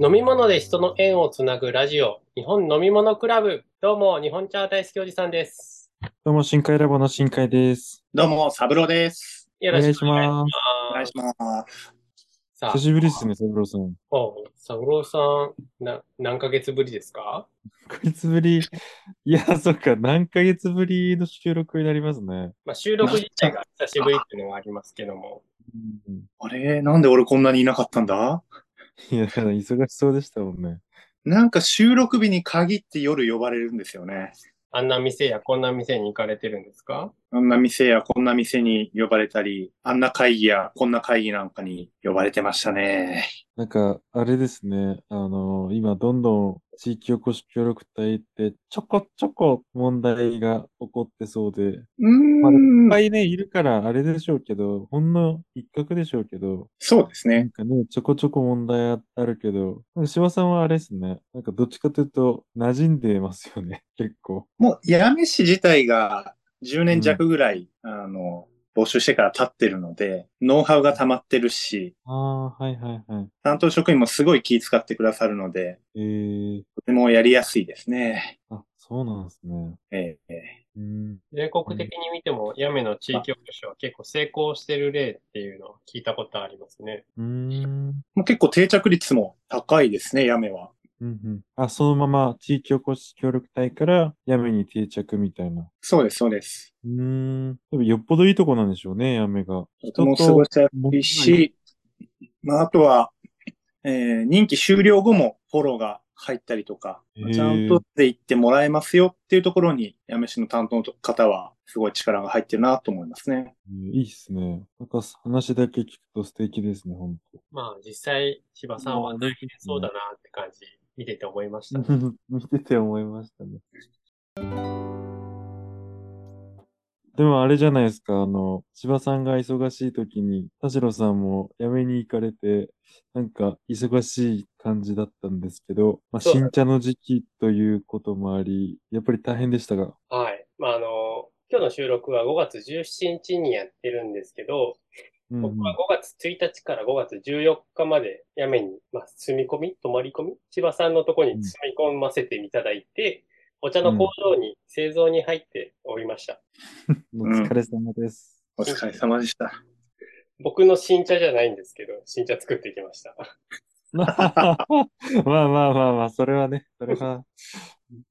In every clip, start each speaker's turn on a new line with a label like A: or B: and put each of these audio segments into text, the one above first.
A: 飲み物で人の縁をつなぐラジオ、日本飲み物クラブ。どうも、日本茶大好きおじさんです。
B: どうも、深海ラボの深海です。
C: どうも、サブローです。
A: よ
B: お
A: ろ
B: 願い
A: しく
B: し
A: お願いしま
B: ます
C: お願いします。
A: す。さあ
B: 久、しぶりですね、セブロさん。1
A: おサブローさん、な何ヶ月ぶりですか
B: ヶ月ぶり。いや、そっか、何ヶ月ぶりの収録になりますね。
A: まあ、収録自体が久しぶりっていうのはありますけども。
B: うん
C: あれなんで俺こんなにいなかったんだ
B: いや、忙しそうでしたもんね。
C: なんか収録日に限って夜呼ばれるんですよね。
A: あんな店やこんな店に行かれてるんですか
C: あんな店やこんな店に呼ばれたり、あんな会議やこんな会議なんかに呼ばれてましたね。
B: なんか、あれですね、あの、今、どんどん地域おこし協力隊って、ちょこちょこ問題が起こってそうで、
C: う
B: まあ、でもいっ
C: ー
B: ぱ
C: ん。
B: いね、いるから、あれでしょうけど、ほんの一角でしょうけど、
C: そうです
B: な
C: ね
B: ん。かね、ちょこちょこ問題ああるけど、柴さんはあれですね。なんかどっちかというと、馴染んでますよね、 結構。
C: もう、八女市自体が10年弱ぐらい、あの、募集してから経ってるので、ノウハウが溜まってるし、
B: ああ、はいはいはい。
C: 担当職員もすごい気遣ってくださるので、
B: えー、
C: とてもやりやすいですね。
B: あ、そうなんですね。
C: ええ
B: うん。
A: 全国的に見ても、八女の地域おこしは結構成功してる例っていうのを聞いたことありますね。
B: うーん。
C: もう結構定着率も高いですね、やめは。
B: うんうん、あ、そのまま地域おこし協力隊からやめに定着みたいな。
C: そうです、そうです。
B: うーん。でもよっぽどいいとこなんでしょうね、やめが。
C: とても過ごしやすいし、まあ、あとは、えー任期終了後もフォローが入ったりとか、
B: へー
C: ちゃんとって言ってもらえますよっていうところに、やめしの担当の方は、すごい力が入ってるなと思いますね。
B: うんいいっすね。なんか話だけ聞くと素敵ですね、ほんと。
A: まあ、実際、柴さんは大変そうだなって感じ、見てて思いましたね。
B: 見てて思いましたね。でもあれじゃないですか、あの、千葉さんが忙しい時に、田代さんも辞めに行かれて、なんか忙しい感じだったんですけど、まあ、
A: そうだね
B: 新茶の時期ということもあり、やっぱり大変でしたが。
A: はい。まあ、あの、今日の収録は5月17日にやってるんですけど、
B: うんうん
A: 僕は5月1日から5月14日まで、やめに、まあ、住み込み、泊まり込み、千葉さんのとこに住み込ませていただいて、お茶の工場に、製造に入っておりました。
B: お疲れ様です。
C: お疲れ様でした。
A: 僕の新茶じゃないんですけど、新茶作ってきました。
B: まあまあまあまあ、それはね、それは、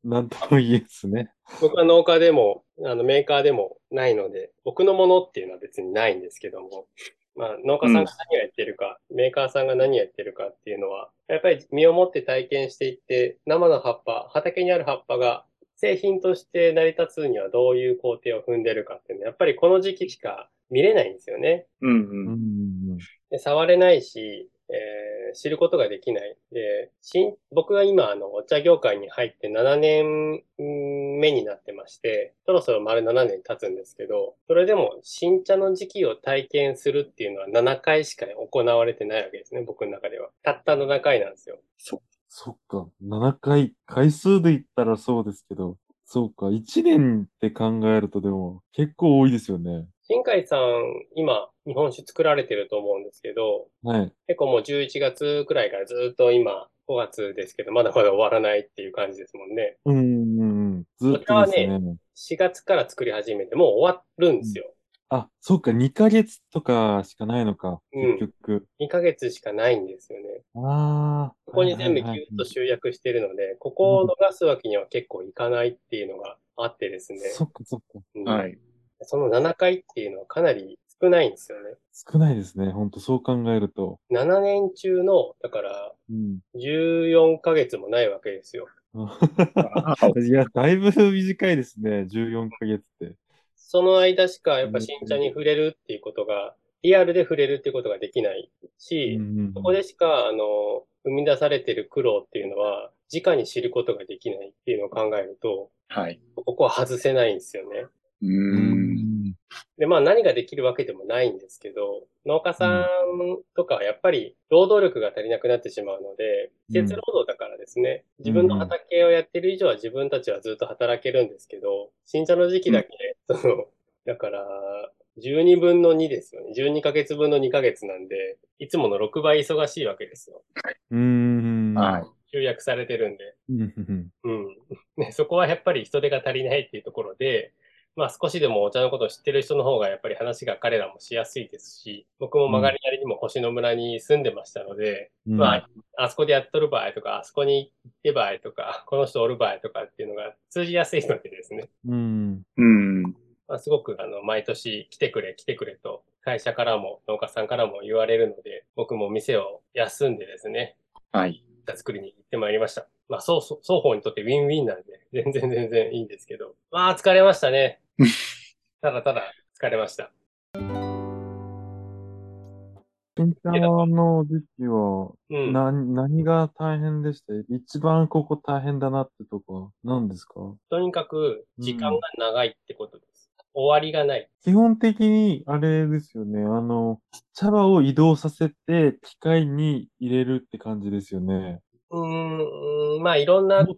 B: なんとも言えずね。
A: 僕は農家でも、あのメーカーでもないので、僕のものっていうのは別にないんですけども、まあ、農家さんが何をやってるか、メーカーさんが何をやってるかっていうのは、やっぱり身をもって体験していって、生の葉っぱ、畑にある葉っぱが製品として成り立つにはどういう工程を踏んでるかっていうのは、やっぱりこの時期しか見れないんですよね。
C: うん
B: うん
C: うん。
B: うん
A: で触れないし、えー知ることができない。で、新僕が今、あの、お茶業界に入って7年うん目になってまして、そろそろ丸7年経つんですけど、それでも新茶の時期を体験するっていうのは7回しか行われてないわけですね、僕の中では。たった7回なんですよ。
B: そっか、7回、回数で言ったらそうですけど、そうか、1年って考えるとでも結構多いですよね。
A: 新海さん、今、日本酒作られてると思うんですけど、
B: はい。
A: 結構もう11月くらいからずっと今、5月ですけど、まだまだ終わらないっていう感じですもんね。
B: うんうんうん。ずっ
A: それ
B: と
A: は
B: で
A: ね
B: すね。
A: 4月から作り始めて、もう終わるんですよ。
B: あ、そうか、2ヶ月とかしかないのか、
A: うん
B: 結局。
A: 2ヶ月しかないんですよね。
B: ああ。
A: ここに全部
B: は
A: ギ
B: い
A: ュ
B: はいはい
A: ッと集約してるので、ここを逃すわけには結構いかないっていうのがあってですね。
B: そっかそっか。
A: うん
C: はい。
A: その7回っていうのはかなり少ないんですよね。
B: 少ないですね、ほんと、そう考えると。
A: 7年中の、だから
B: うん。
A: 14ヶ月もないわけですよ。
B: いや、だいぶ短いですね、14ヶ月って。
A: その間しかやっぱ新茶に触れるっていうことが、リアルで触れるっていうことができないし、
B: うんうんうん
A: そこでしか、あの、生み出されてる苦労っていうのは、直に知ることができないっていうのを考えると、
C: はい。
A: ここは外せないんですよね。
C: う。
B: うんん。
A: で、まあ何ができるわけでもないんですけど、農家さんとかはやっぱり労働力が足りなくなってしまうので、
B: う
A: 季
B: ん
A: 節労働だからですね、自分の畑をやってる以上は自分たちはずっと働けるんですけど、新茶の時期だけ、その、だから、12分の2ですよね。12ヶ月分の2ヶ月なんで、いつもの6倍忙しいわけですよ。
B: うんうんうんうん。
C: はい。
A: 集約されてるんで、
B: うん。
A: うん。 ね、そこはやっぱり人手が足りないっていうところで、まあ少しでもお茶のことを知ってる人の方がやっぱり話が彼らもしやすいですし、僕も曲がりなりにも星野村に住んでましたので、
B: うん
A: まあ、あそこでやっとる場合とか、あそこに行って場合とか、この人おる場合とかっていうのが通じやすいのでですね、
B: うん。
C: うん。
A: まあ、すごくあの、毎年来てくれ来てくれと、会社からも農家さんからも言われるので、僕も店を休んでですね、
C: はい。
A: 作りに行ってまいりました。まあ、そうそう双方にとってウィンウィンなんで、全然全然いいんですけど。まあ、疲れました ね。ただただ疲れました。
B: ケンちゃんの時期は、
A: うん。
B: な、何が大変でした一番ここ大変だなってとこは何ですか
A: とにかく、時間が長いってことです。終わりがない。
B: 基本的に、あれですよね。あの、茶葉を移動させて、機械に入れるって感じですよね。
A: うーん、まあ、いろんな考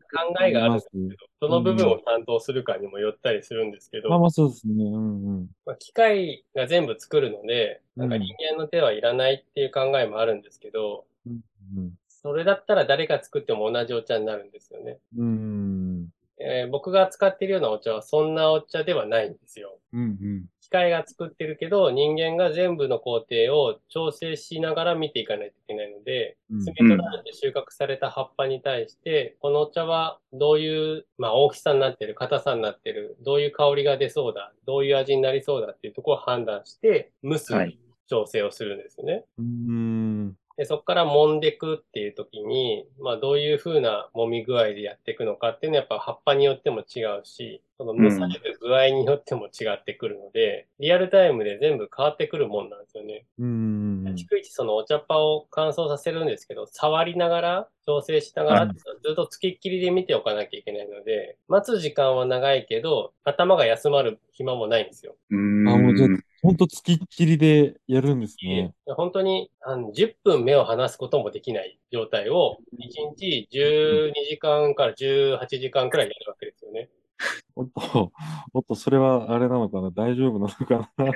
A: えがあるんです
B: 思い
A: けど、どの部分を担当するかにもよったりするんですけど、
B: まあまあそうですね。うんうん。
A: まあ、機械が全部作るので、なんか人間の手はいらないっていう考えもあるんですけど、
B: うんうん。
A: それだったら誰が作っても同じお茶になるんですよね。
B: うん。
A: えー僕が使ってるようなお茶はそんなお茶ではないんですよ。
B: うんうん。
A: 機械が作ってるけど、人間が全部の工程を調整しながら見ていかないといけないので、
B: うん
A: 摘み取られて収穫された葉っぱに対して、このお茶はどういう、まあ、大きさになってる、硬さになってる、どういう香りが出そうだ、どういう味になりそうだっていうところを判断して、蒸す
C: はい。
A: 調整をするんですよね。
B: うん。
A: で、そこから揉んでいくっていう時に、まあどういう風な揉み具合でやっていくのかっていうのはやっぱ葉っぱによっても違うし、その蒸される具合によっても違ってくるので、リアルタイムで全部変わってくるもんなんですよね。
B: うん。
A: 逐一そのお茶っ葉を乾燥させるんですけど、触りながら、調整しながら、
C: はい
A: ずっとつきっきりで見ておかなきゃいけないので、待つ時間は長いけど、頭が休まる暇もないんですよ。
C: う
B: あ、もうじゃあ
C: ん。
B: ほんとつきっきりでやるんですね。
A: 本当にあの10分目を離すこともできない状態を1日12時間から18時間くらいやるわけですよね。
B: おっと、おっと、それはあれなのかな大丈夫なのかな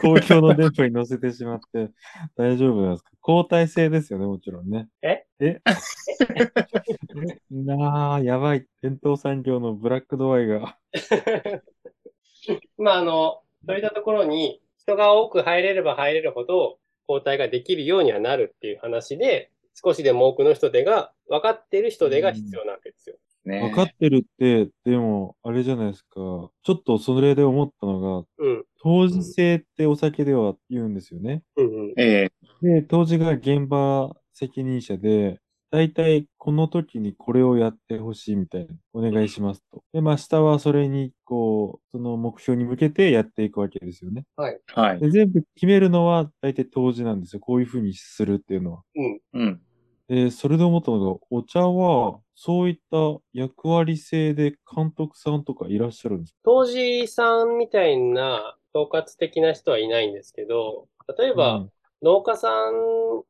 B: 公共の電波に乗せてしまって大丈夫なんですか交代制ですよね、もちろんね。
A: え
B: え なあ、やばい。伝統産業のブラック度合いが。
A: まああの、そういったところに人が多く入れれば入れるほど交代ができるようにはなるっていう話で、少しでも多くの人手が、分かってる人手が必要なわけですよ。
C: ね
B: わかってるって、でも、あれじゃないですか。ちょっとそれで思ったのが、
A: うん。
B: 当時制ってお酒では言うんですよね。
A: うんうん。
C: ええ
B: で、当時が現場責任者で、大体この時にこれをやってほしいみたいな、お願いしますと。で、まあ下はそれに、こう、その目標に向けてやっていくわけですよね。
C: はい。
B: で、全部決めるのは大体当時なんですよ。こういうふうにするっていうのは。
A: うん。
C: うん。
B: で、それで思ったのが、お茶は、そういった役割性で監督さんとかいらっしゃるんですか
A: 当時さんみたいな統括的な人はいないんですけど、例えば、
B: うん
A: 農家さん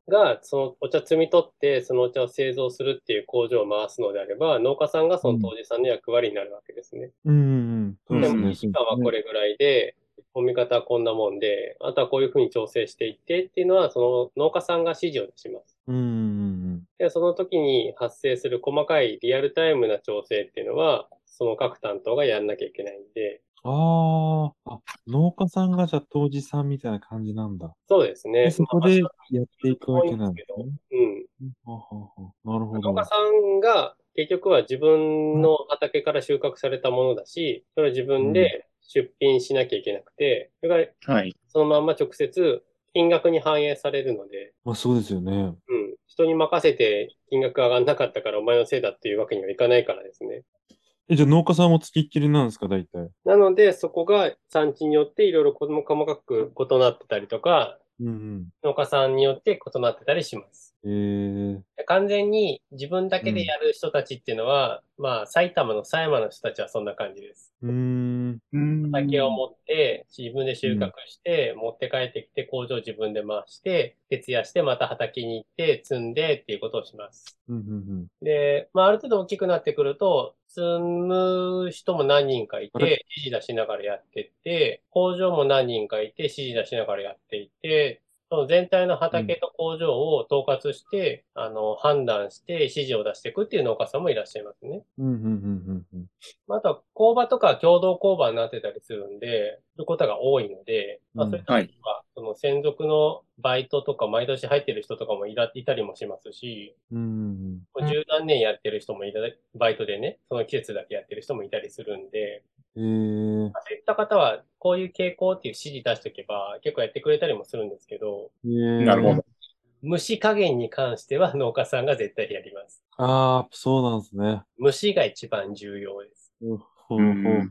A: がそのお茶摘み取って、そのお茶を製造するっていう工場を回すのであれば、農家さんがその当時さんの役割になるわけですね。
B: うんうん、そう
A: で
B: で
A: も
B: すね。
A: 期間はこれぐらいで、揉み方はこんなもんで、あとはこういうふうに調整していってっていうのは、その農家さんが指示をします。
B: うんうん
A: で、その時に発生する細かいリアルタイムな調整っていうのは、その各担当がやんなきゃいけないんで、
B: うん。あーあ、農家さんがじゃあ当時さんみたいな感じなんだ。
A: そうですね。
B: でそこで
A: まあ
B: やっていくわけなんですね。
A: うん。
B: はははなるほ
A: 農
B: ど
A: 家。さんが結局は自分の畑から収穫されたものだし、それを自分で出品しなきゃいけなくて、それが
C: はい。
A: そのまんま直接金額に反映されるので、
B: まあそうですよね。
A: うん。人に任せて金額が上がんなかったからお前のせいだっていうわけにはいかないからですね。
B: え、じゃあ農家さんもつきっきりなんですか、大体。
A: なので、そこが産地によっていろいろ細かく異なってたりとか、
B: うん
A: 農家さんによって異なってたりします。
B: うん。えー、
A: 完全に自分だけでやる人たちっていうのは、まあ埼玉の狭山の人たちはそんな感じです。
B: うーん。
C: うん
A: 畑を持って、自分で収穫して、持って帰ってきて、工場自分で回して、徹夜して、また畑に行って、積んでっていうことをします。
B: うんうん
A: で、まあ、ある程度大きくなってくると、積む人も何人かい
B: あ
A: て
B: れ、
A: 指示出しながらやってって、工場も何人かいて、指示出しながらやっていって、その全体の畑と工場を統括して、あの、判断して指示を出していくっていう農家さんもいらっしゃいますね。
B: うん、うん、うん、うん。
A: まああとは工場とか共同工場になってたりするんで、そういうことが多いので、まあ
B: うん
A: そういった
C: はい。
A: まあその専属のバイトとか毎年入ってる人とかもいらいたりもしますし、
B: うん、
D: うん
A: 十何年やってる人もいた、バイトでね、その季節だけやってる人もいたりするんで、
B: うんうん。え
A: まあそういった方はこういう傾向っていう指示出しとけば結構やってくれたりもするんですけど、
B: ー、えー。
C: なるほど。。
A: 虫加減に関しては農家さんが絶対やります。
B: ああ、そうなんですね。
A: 虫が一番重要です。
B: ほうほうほう
C: うん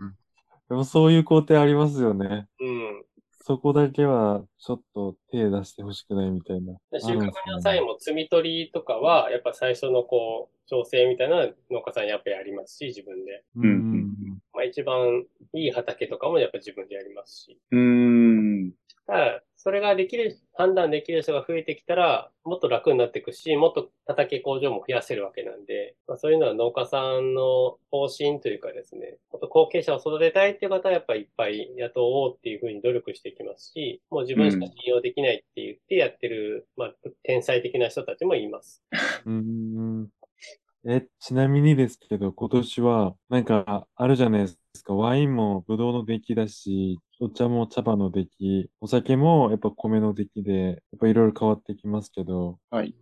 B: でもそういう工程ありますよね。
A: うん。
B: そこだけはちょっと手出してほしくないみたいな。
A: 収穫の
B: ある
A: 際
B: ん
A: も摘み取りとかは、やっぱ最初のこう、調整みたいなのは農家さんやっぱりありますし、自分で。
B: ですね。
C: うん
A: まあ一番いい畑とかもやっぱ自分でやりますし。
C: うーん。
A: ただ、それができる、判断できる人が増えてきたら、もっと楽になっていくし、もっと畑工場も増やせるわけなんで、まあ、そういうのは農家さんの方針というかですね、もっと後継者を育てたいっていう方はやっぱりいっぱい雇おうっていうふうに努力していきますし、もう自分しか信用できないって言ってやってる、まあ、天才的な人たちもいます。
B: うんえ、ちなみにですけど、今年は、なんか、あるじゃないですか。ワインもブドウの出来だし、お茶も茶葉の出来、お酒もやっぱ米の出来で、やっぱいろいろ変わってきますけど。
C: はい。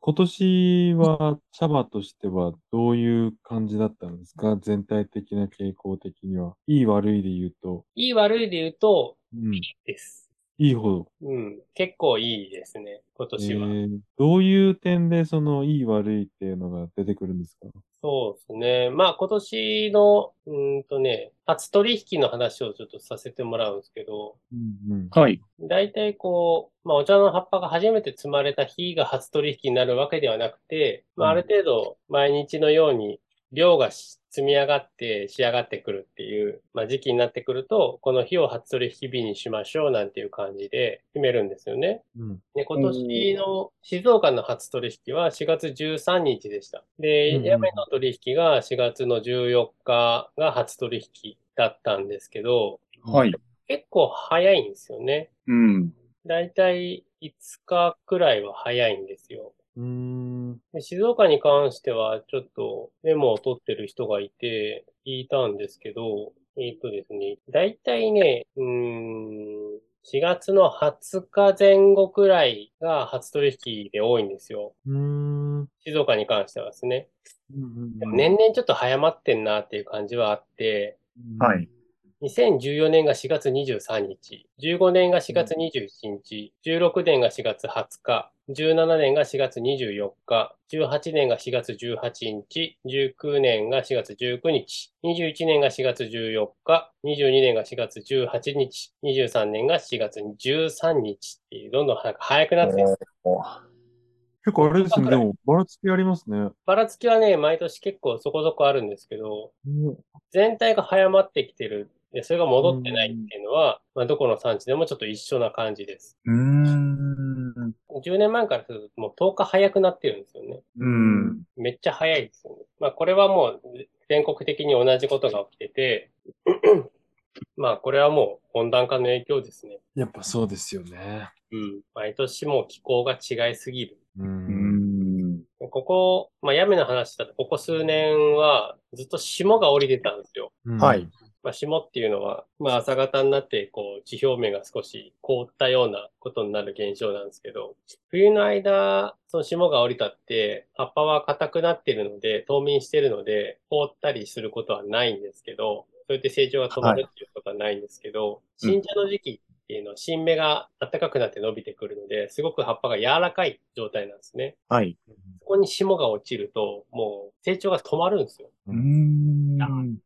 B: 今年は茶葉としてはどういう感じだったんですか全体的な傾向的には。いい悪いで言うと。
A: いい悪いで言うと、
B: うん。
A: です。
B: いいほど。
A: うん。結構いいですね、今
B: え
A: 年は。
B: ーどういう点でそのいい悪いっていうのが出てくるんですか
A: そうですね。まあ今年の、うーんとね、初取引の話をちょっとさせてもらうんですけど、
B: うん
C: はい。
A: 大体こう、まあお茶の葉っぱが初めて摘まれた日が初取引になるわけではなくて、まあある程度毎日のように量がし積み上がって仕上がってくるっていう、まあ時期になってくると、この日を初取引日にしましょうなんていう感じで決めるんですよね。
B: うん。
A: で、今年の静岡の初取引は4月13日でした。
B: うんう
A: で、
B: ん
A: 屋根の取引が4月の14日が初取引だったんですけど、
C: はい。
A: 結構早いんですよね。
C: うん。
A: だいたい5日くらいは早いんですよ。
B: うん。う
A: で静岡に関しては、ちょっとメモを取ってる人がいて、聞いたんですけど、えっ、とですね、だいたいね、うーん、4月の20日前後くらいが初取引で多いんですよ。
B: ーん。うん
A: 静岡に関してはですね。
B: うん
A: でも年々ちょっと早まってんなっていう感じはあって、
B: うん
C: はい。
A: 2014年が4月23日、15年が4月21日、16年が4月20日、17年が4月24日、18年が4月18日、19年が4月19日、21年が4月14日、22年が4月18日、23年が4月13日っていう、どんどん早く早くなってます。
B: 結構あれですね。
A: あ
B: でも、ばらつきありますね。
A: ばらつきはね、毎年結構そこそこあるんですけど、全体が早まってきてる。で、それが戻ってないっていうのは、まあ、どこの産地でもちょっと一緒な感じです。
C: うーん。
A: 10年前からするともう10日早くなってるんですよね。
C: うん。
A: めっちゃ早いですよね。まあこれはもう全国的に同じことが起きてて、 まあこれはもう温暖化の影響ですね。
B: やっぱそうですよね。
A: うん。毎年もう気候が違いすぎる。
B: う。
C: うんん。
A: ここ、まあ屋根の話だとここ数年はずっと霜が降りてたんですよ。
C: はい
B: うん。
A: まあ、霜っていうのは、まあ、朝方になって、こう、地表面が少し凍ったようなことになる現象なんですけど、冬の間、その霜が降りたって、葉っぱは硬くなってるので、冬眠してるので、凍ったりすることはないんですけど、そうやって成長が止まるっていうことはないんですけど、
C: うん
A: 新茶の時期っていうのは、新芽が暖かくなって伸びてくるので、すごく葉っぱが柔らかい状態なんですね。
C: はい。
A: そこに霜が落ちると、もう成長が止まるんですよ。
C: うーん。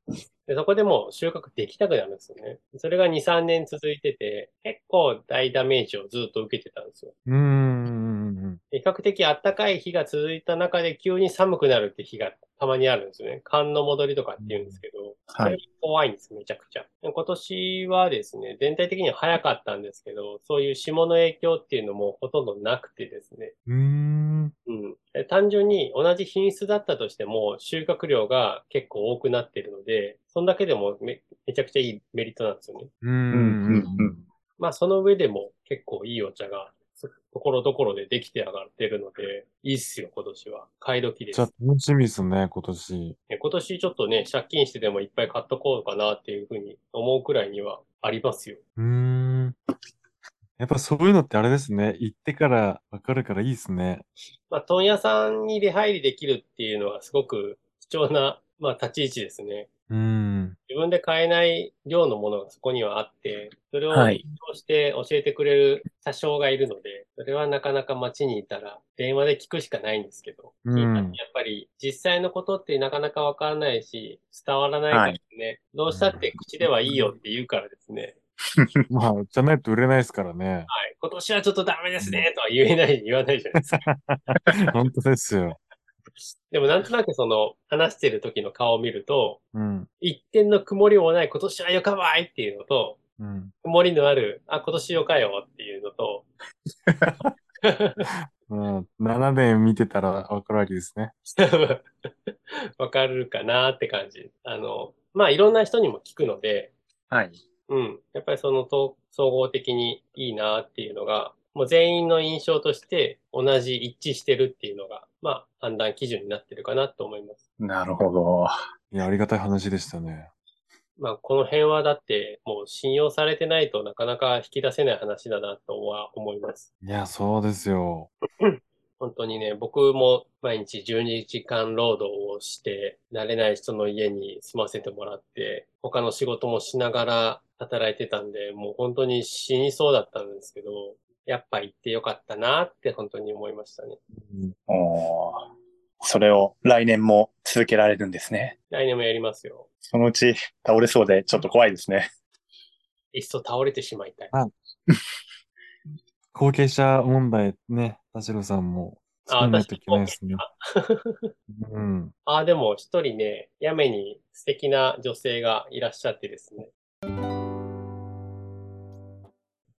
A: で、そこでもう収穫できなくなるんですよね。それが2、3年続いてて、結構大ダメージをずっと受けてたんですよ。
B: うんうんうん
A: で比較的暖かい日が続いた中で急に寒くなるって日がたまにあるんですよね。寒の戻りとかって言うんですけど、そ
C: は
A: れ
C: い
A: が。怖いんです、めちゃくちゃ。で今年はですね、全体的には早かったんですけど、そういう霜の影響っていうのもほとんどなくてですね。
B: うん。
A: う
B: う
A: ん、で単純に同じ品質だったとしても収穫量が結構多くなってるので、そんだけでもめめちゃくちゃいいメリットなんですよね。
B: ーん。うんうんうん
A: まあその上でも結構いいお茶が、ところどころでできて上がってるので、いいっすよ、今年は。買い時で
B: じゃあ
A: す。
B: 楽しみですね、今年。
A: ね今年ちょっとね、借金してでもいっぱい買っとこうかなっていうふうに思うくらいにはありますよ。
B: うーん。やっぱそういうのってあれですね。行ってからわかるからいいですね。
A: まあ、問屋さんに出入りできるっていうのはすごく貴重な、まあ、立ち位置ですね。
B: うん。
A: 自分で買えない量のものがそこにはあって、それを
C: はい
A: 利用して教えてくれる多少がいるので、それはなかなか街にいたら電話で聞くしかないんですけど、
B: うん
A: やっぱり実際のことってなかなかわからないし、伝わらないからですね、どうしたって口ではいいよって言うからですね、
B: まあ、じゃないと売れないですからね。
A: はい、今年はちょっとダメですねとは言えない、言わないじゃないですか。
B: 本当ですよ。
A: でもなんとなくその話してる時の顔を見ると、
B: うん。
A: 一点の曇りもない今年はよかばいっていうのと、
B: うん。
A: 曇りのある、あ、今年よかよっていうのと、
B: まあ、7年見てたらわかるわけですね。
A: わかるかなって感じ。あの、まあ、いろんな人にも聞くので、
C: はい。
A: うん。やっぱりそのと総合的にいいなっていうのが、もう全員の印象として同じ一致してるっていうのが、まあ、判断基準になってるかなと思います。
C: なるほど。
B: いや、ありがたい話でしたね。
A: まあ、この辺はだって、もう信用されてないとなかなか引き出せない話だなとは思います。
B: いや、そうですよ。
A: 本当にね、僕も毎日12時間労働をして、慣れない人の家に住ませてもらって、他の仕事もしながら働いてたんで、もう本当に死にそうだったんですけど、やっぱ行ってよかったなって本当に思いましたね。
B: うん
C: おーそれを来年も続けられるんですね。
A: 来年もやりますよ。
C: そのうち倒れそうでちょっと怖いですね。
A: いっそ倒れてしまいたい。
B: 後継者問題ね、田代さんも作らないといけないですね。うん。
A: ああ、でも一人ね、やめに素敵な女性がいらっしゃってですね。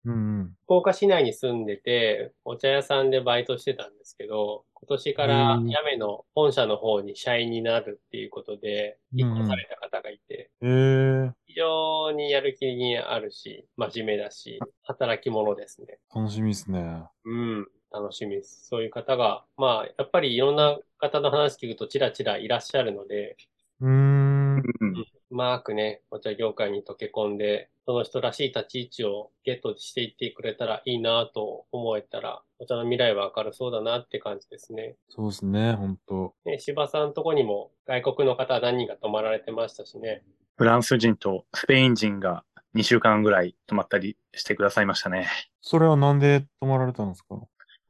B: うんうん。
A: 福岡市内に住んでて、お茶屋さんでバイトしてたんですけど、今年から
B: うん
A: やめの本社の方に社員になるっていうことで、
B: うんう
A: 引
B: ん
A: っ越された方がいて、
B: えー、
A: 非常にやる気にあるし、真面目だし、働き者ですね。
B: 楽しみですね。
A: うん、楽しみです。そういう方が、まあ、やっぱりいろんな方の話聞くとちらちらいらっしゃるので、
B: うーん。
C: うん
A: うまくね、お茶業界に溶け込んで、その人らしい立ち位置をゲットしていってくれたらいいなと思えたら、お茶の未来は明るそうだなって感じですね。
B: そうですね、ほんと。
A: ね、芝さんのとこにも外国の方何人か泊まられてましたしね。
C: フランス人とスペイン人が2週間ぐらい泊まったりしてくださいましたね。
B: それはなんで泊まられたんですか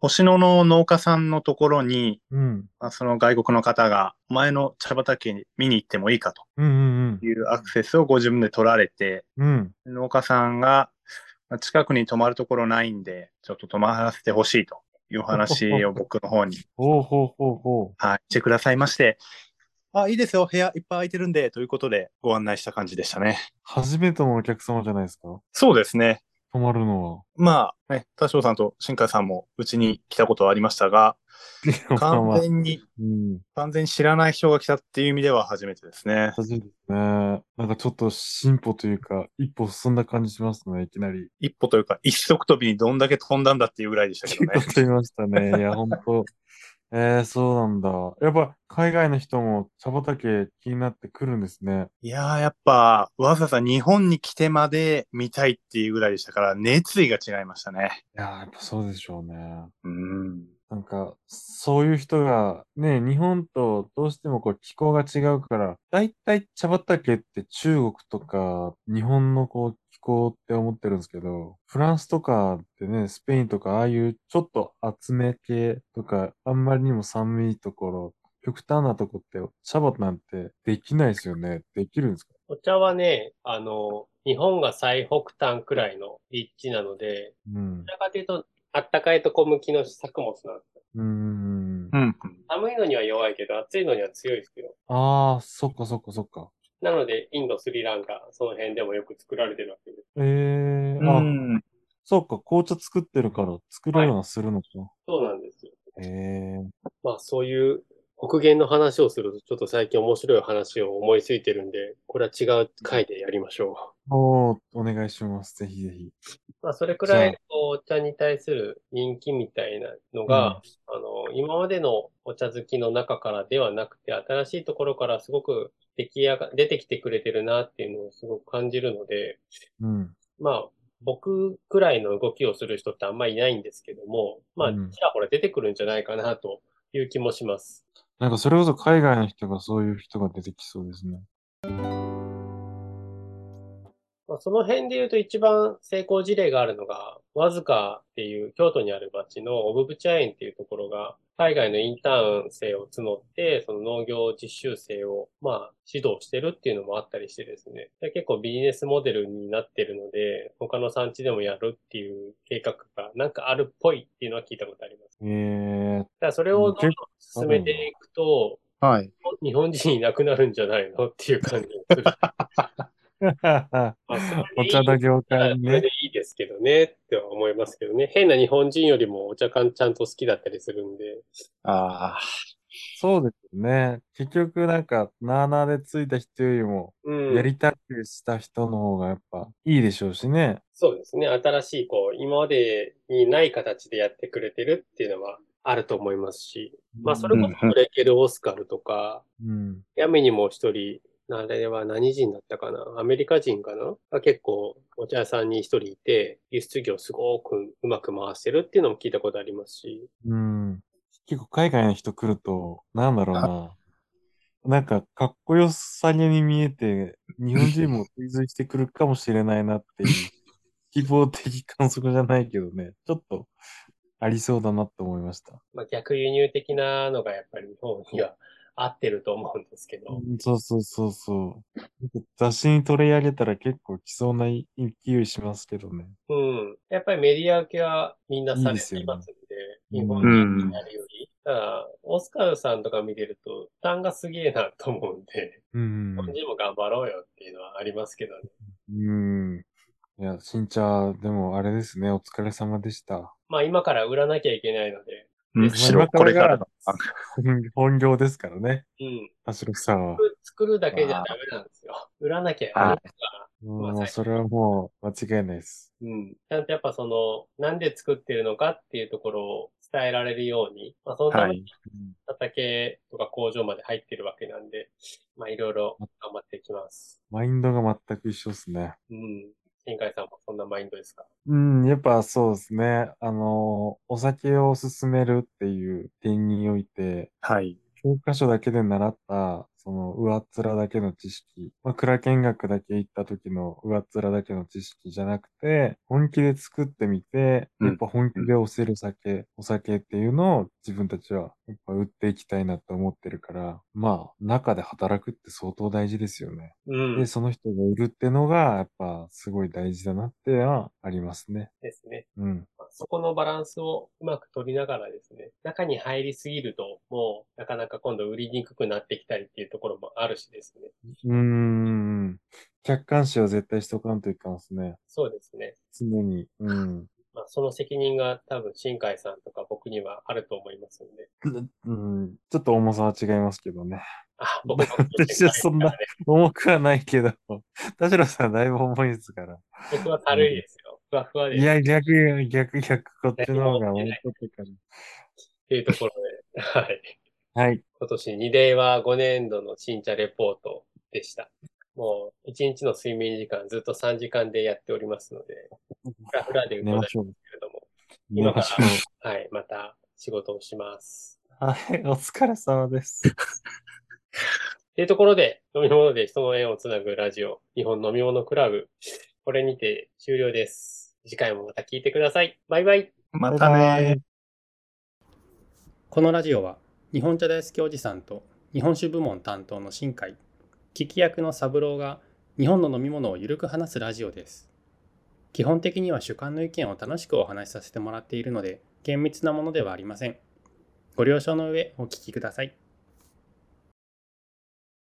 C: 星野の農家さんのところに、
B: うん。
C: まあその外国の方がお前の茶畑に見に行ってもいいか
B: うんうん
C: というアクセスをご自分で取られて、
B: うん。うん。
C: 農家さんがまあ近くに泊まるところないんで、ちょっと泊まらせてほしいというお話を僕の方 に
B: ほうほうほうほ
C: はい、してくださいまして、あ、いいですよ、部屋いっぱい空いてるんで、ということでご案内した感じでしたね
B: う。。初めてのお客様じゃないですか
C: そうですね。
B: 泊まるの
C: まあ、ね、田代さんと新海さんもうちに来たことはありました が、
B: は。
C: 完全に、
B: うん。
C: 完全に知らない人が来たっていう意味では初めてですね。
B: 初めてですね。なんかちょっと進歩というか、一歩進んだ感じしますね、いきなり。
C: 一歩というか、一足飛びにどんだけ飛んだんだっていうぐらいでしたけ
B: 結
C: ど
B: 構
C: ね。
B: 飛びましたね。いや、ほんと。えー、そうなんだ。やっぱ、海外の人も茶畑気になってくるんですね。
C: いやー、やっぱ、わざわざ日本に来てまで見たいっていうぐらいでしたから、熱意が違いましたね。
B: いやー、やっぱそうでしょうね。
C: うん。
B: なんか、そういう人が、ね、日本とどうしてもこう気候が違うから、だいたい茶畑って中国とか日本のこう気候って思ってるんですけど、フランスとかってね、スペインとかああいうちょっと厚め系とか、あんまりにも寒いところ、極端なとこって茶葉なんてできないですよね。できるんですか
A: お茶はね、あの、日本が最北端くらいの立地なので、
B: うん
A: どち。らかというと、あったかいとこ向きの作物なんですよ。
B: うーん
C: う。ん。
A: 寒いのには弱いけど、暑いのには強いですよ。
B: ああ、そっかそっかそっか。
A: なので、インド、スリランカ、その辺でもよく作られてるわけです。
B: ええ
C: う
B: ー、あ、
C: ん。
B: そっか、紅茶作ってるから作ろうのはするのか。
A: そうなんですよ。
B: ええ
A: まあ、そういう北限の話をすると、ちょっと最近面白い話を思いついてるんで、これは違う回でやりましょ
B: おーお願いします。ぜひぜひ。
A: まあ、それくら
B: じ
A: いこうお茶に対する人気みたいなのが、あの、今までのお茶好きの中からではなくて、新しいところからすごく出来上が、出てきてくれてるなっていうのをすごく感じるので、
B: うん。
A: まあ、僕くらいの動きをする人ってあんまりいないんですけども、まあ、
B: うん
A: ちらほら出てくるんじゃないかなという気もします。
B: なんかそれこそ海外の人がそういう人が出てきそうですね。
A: まあ、その辺で言うと一番成功事例があるのが、わずかっていう京都にある町のオブブチャ園っていうところが、海外のインターン生を募って、その農業実習生を、まあ、指導してるっていうのもあったりしてですね。で結構ビジネスモデルになってるので、他の産地でもやるっていう計画がなんかあるっぽいっていうのは聞いたことあります。
B: え え
A: だからそれをどんどん進めていくと、
C: はい。
A: 日本人いなくなるんじゃないのっていう感じがす る。
B: ー。
A: まあそれで
B: お
A: いい
B: 茶の業界
A: それ
B: ね
A: で。いいですけどねっては思いますけどね。変な日本人よりもお茶缶ちゃんと好きだったりするんで。
C: ああ。
B: そうですね。結局なんか、なーなーでついた人よりも、
A: うん。
B: やりたくした人の方がやっぱいいでしょうしね。
A: そうですね。新しい、こう、今までにない形でやってくれてるっていうのはあると思いますし。まあ、それこそブレケル・オスカルとか、
B: うん。
A: 闇にも一人、あれは何人だったかなアメリカ人かなが結構お茶屋さんに一人いて、輸出業すごくうまく回してるっていうのも聞いたことありますし。
B: うん。結構海外の人来ると、なんだろうな。なんか、かっこよさげに見えて、日本人も追随してくるかもしれないなっていう、希望的観測じゃないけどね、ちょっと、ありそうだなって思いました。
A: まあ、逆輸入的なのがやっぱり日本には合ってると思うんですけど。
B: そうそうそうそう。雑誌に取り上げたら結構来そうな勢いしますけどね。
A: うん。やっぱりメディア受けはみんなされていますんで、
B: いい
A: 日
B: ですよね
A: 本人になるより。ただ、オスカルさんとか見てると、負担がすげえなと思うんで、
B: うん
A: 日。本人も頑張ろうよっていうのはありますけどね。
B: うん。いや、新茶、でもあれですね、お疲れ様でした。
A: まあ今から売らなきゃいけないので、
C: むしろこれからだ。
B: 本本業ですからね、
A: うん。
B: 田代さんは。
A: 作るだけじゃダメなんですよ。売らなきゃ
C: はい
A: まあ
B: もう、それはもう間違いないです。
A: うん。ちゃんとやっぱその、なんで作ってるのかっていうところを伝えられるように、まあそのた
C: は
A: めに
C: い。
A: 畑とか工場まで入ってるわけなんで、まあいろいろ頑張っていきます。
B: マインドが全く一緒ですね。
A: うん。新海さんもそんなマインドですか
B: うん、やっぱそうですね。あの、お酒を勧めるっていう点において、
C: はい。
B: 教科書だけで習った、その上っ面だけの知識、まあ、蔵見学だけ行った時の上っ面だけの知識じゃなくて、本気で作ってみて、
C: うん
B: やっぱ本気で押せる酒、お酒っていうのを自分たちはやっぱ売っていきたいなと思ってるから、まあ中で働くって相当大事ですよね。
A: う
B: で、
A: ん。
B: その人が売るってのがやっぱすごい大事だなってのはありますね。
A: ですね。
B: うん。
A: まあそこのバランスをうまく取りながらですね、中に入りすぎると、もうなかなか今度売りにくくなってきたりっていうところもあるしですね。
B: うーん。客観視は絶対しとかんといかんですね。
A: そうですね。
B: 常に。うん。
A: まあ、その責任が多分新海さんとか僕にはあると思いますので。
B: うん、ちょっと重さは違いますけどね。
A: あ、僕も
B: 私はそんな。重くはないけど、田代さんだいぶ重いですから。
A: 僕は軽いですよ。ふわふわで
B: い
A: す。
B: や、逆、逆、逆、こっちの方が重かったか
A: っていうところで、 はい。
B: ら。はい。
A: 今年2例は5年度の新茶レポートでした。もう1日の睡眠時間ずっと3時間でやっておりますので、フラフラで
B: 寝
A: 動いたん
B: ま
A: です
B: しょう。
A: けれども、
B: 寝ましょ
A: はい、また仕事をします。
B: う。 はい、お疲れ様です。
A: というところで、飲み物で人の縁をつなぐラジオ、日本飲み物クラブ、これにて終了です。次回もまた聞いてください。バイバイ。
C: またねー
B: バイバイ
D: このラジオは日本茶大好きおじさんと日本酒部門担当の新海聞き役の三郎が日本の飲み物をゆるく話すラジオです基本的には主観の意見を楽しくお話しさせてもらっているので厳密なものではありませんご了承の上お聞きください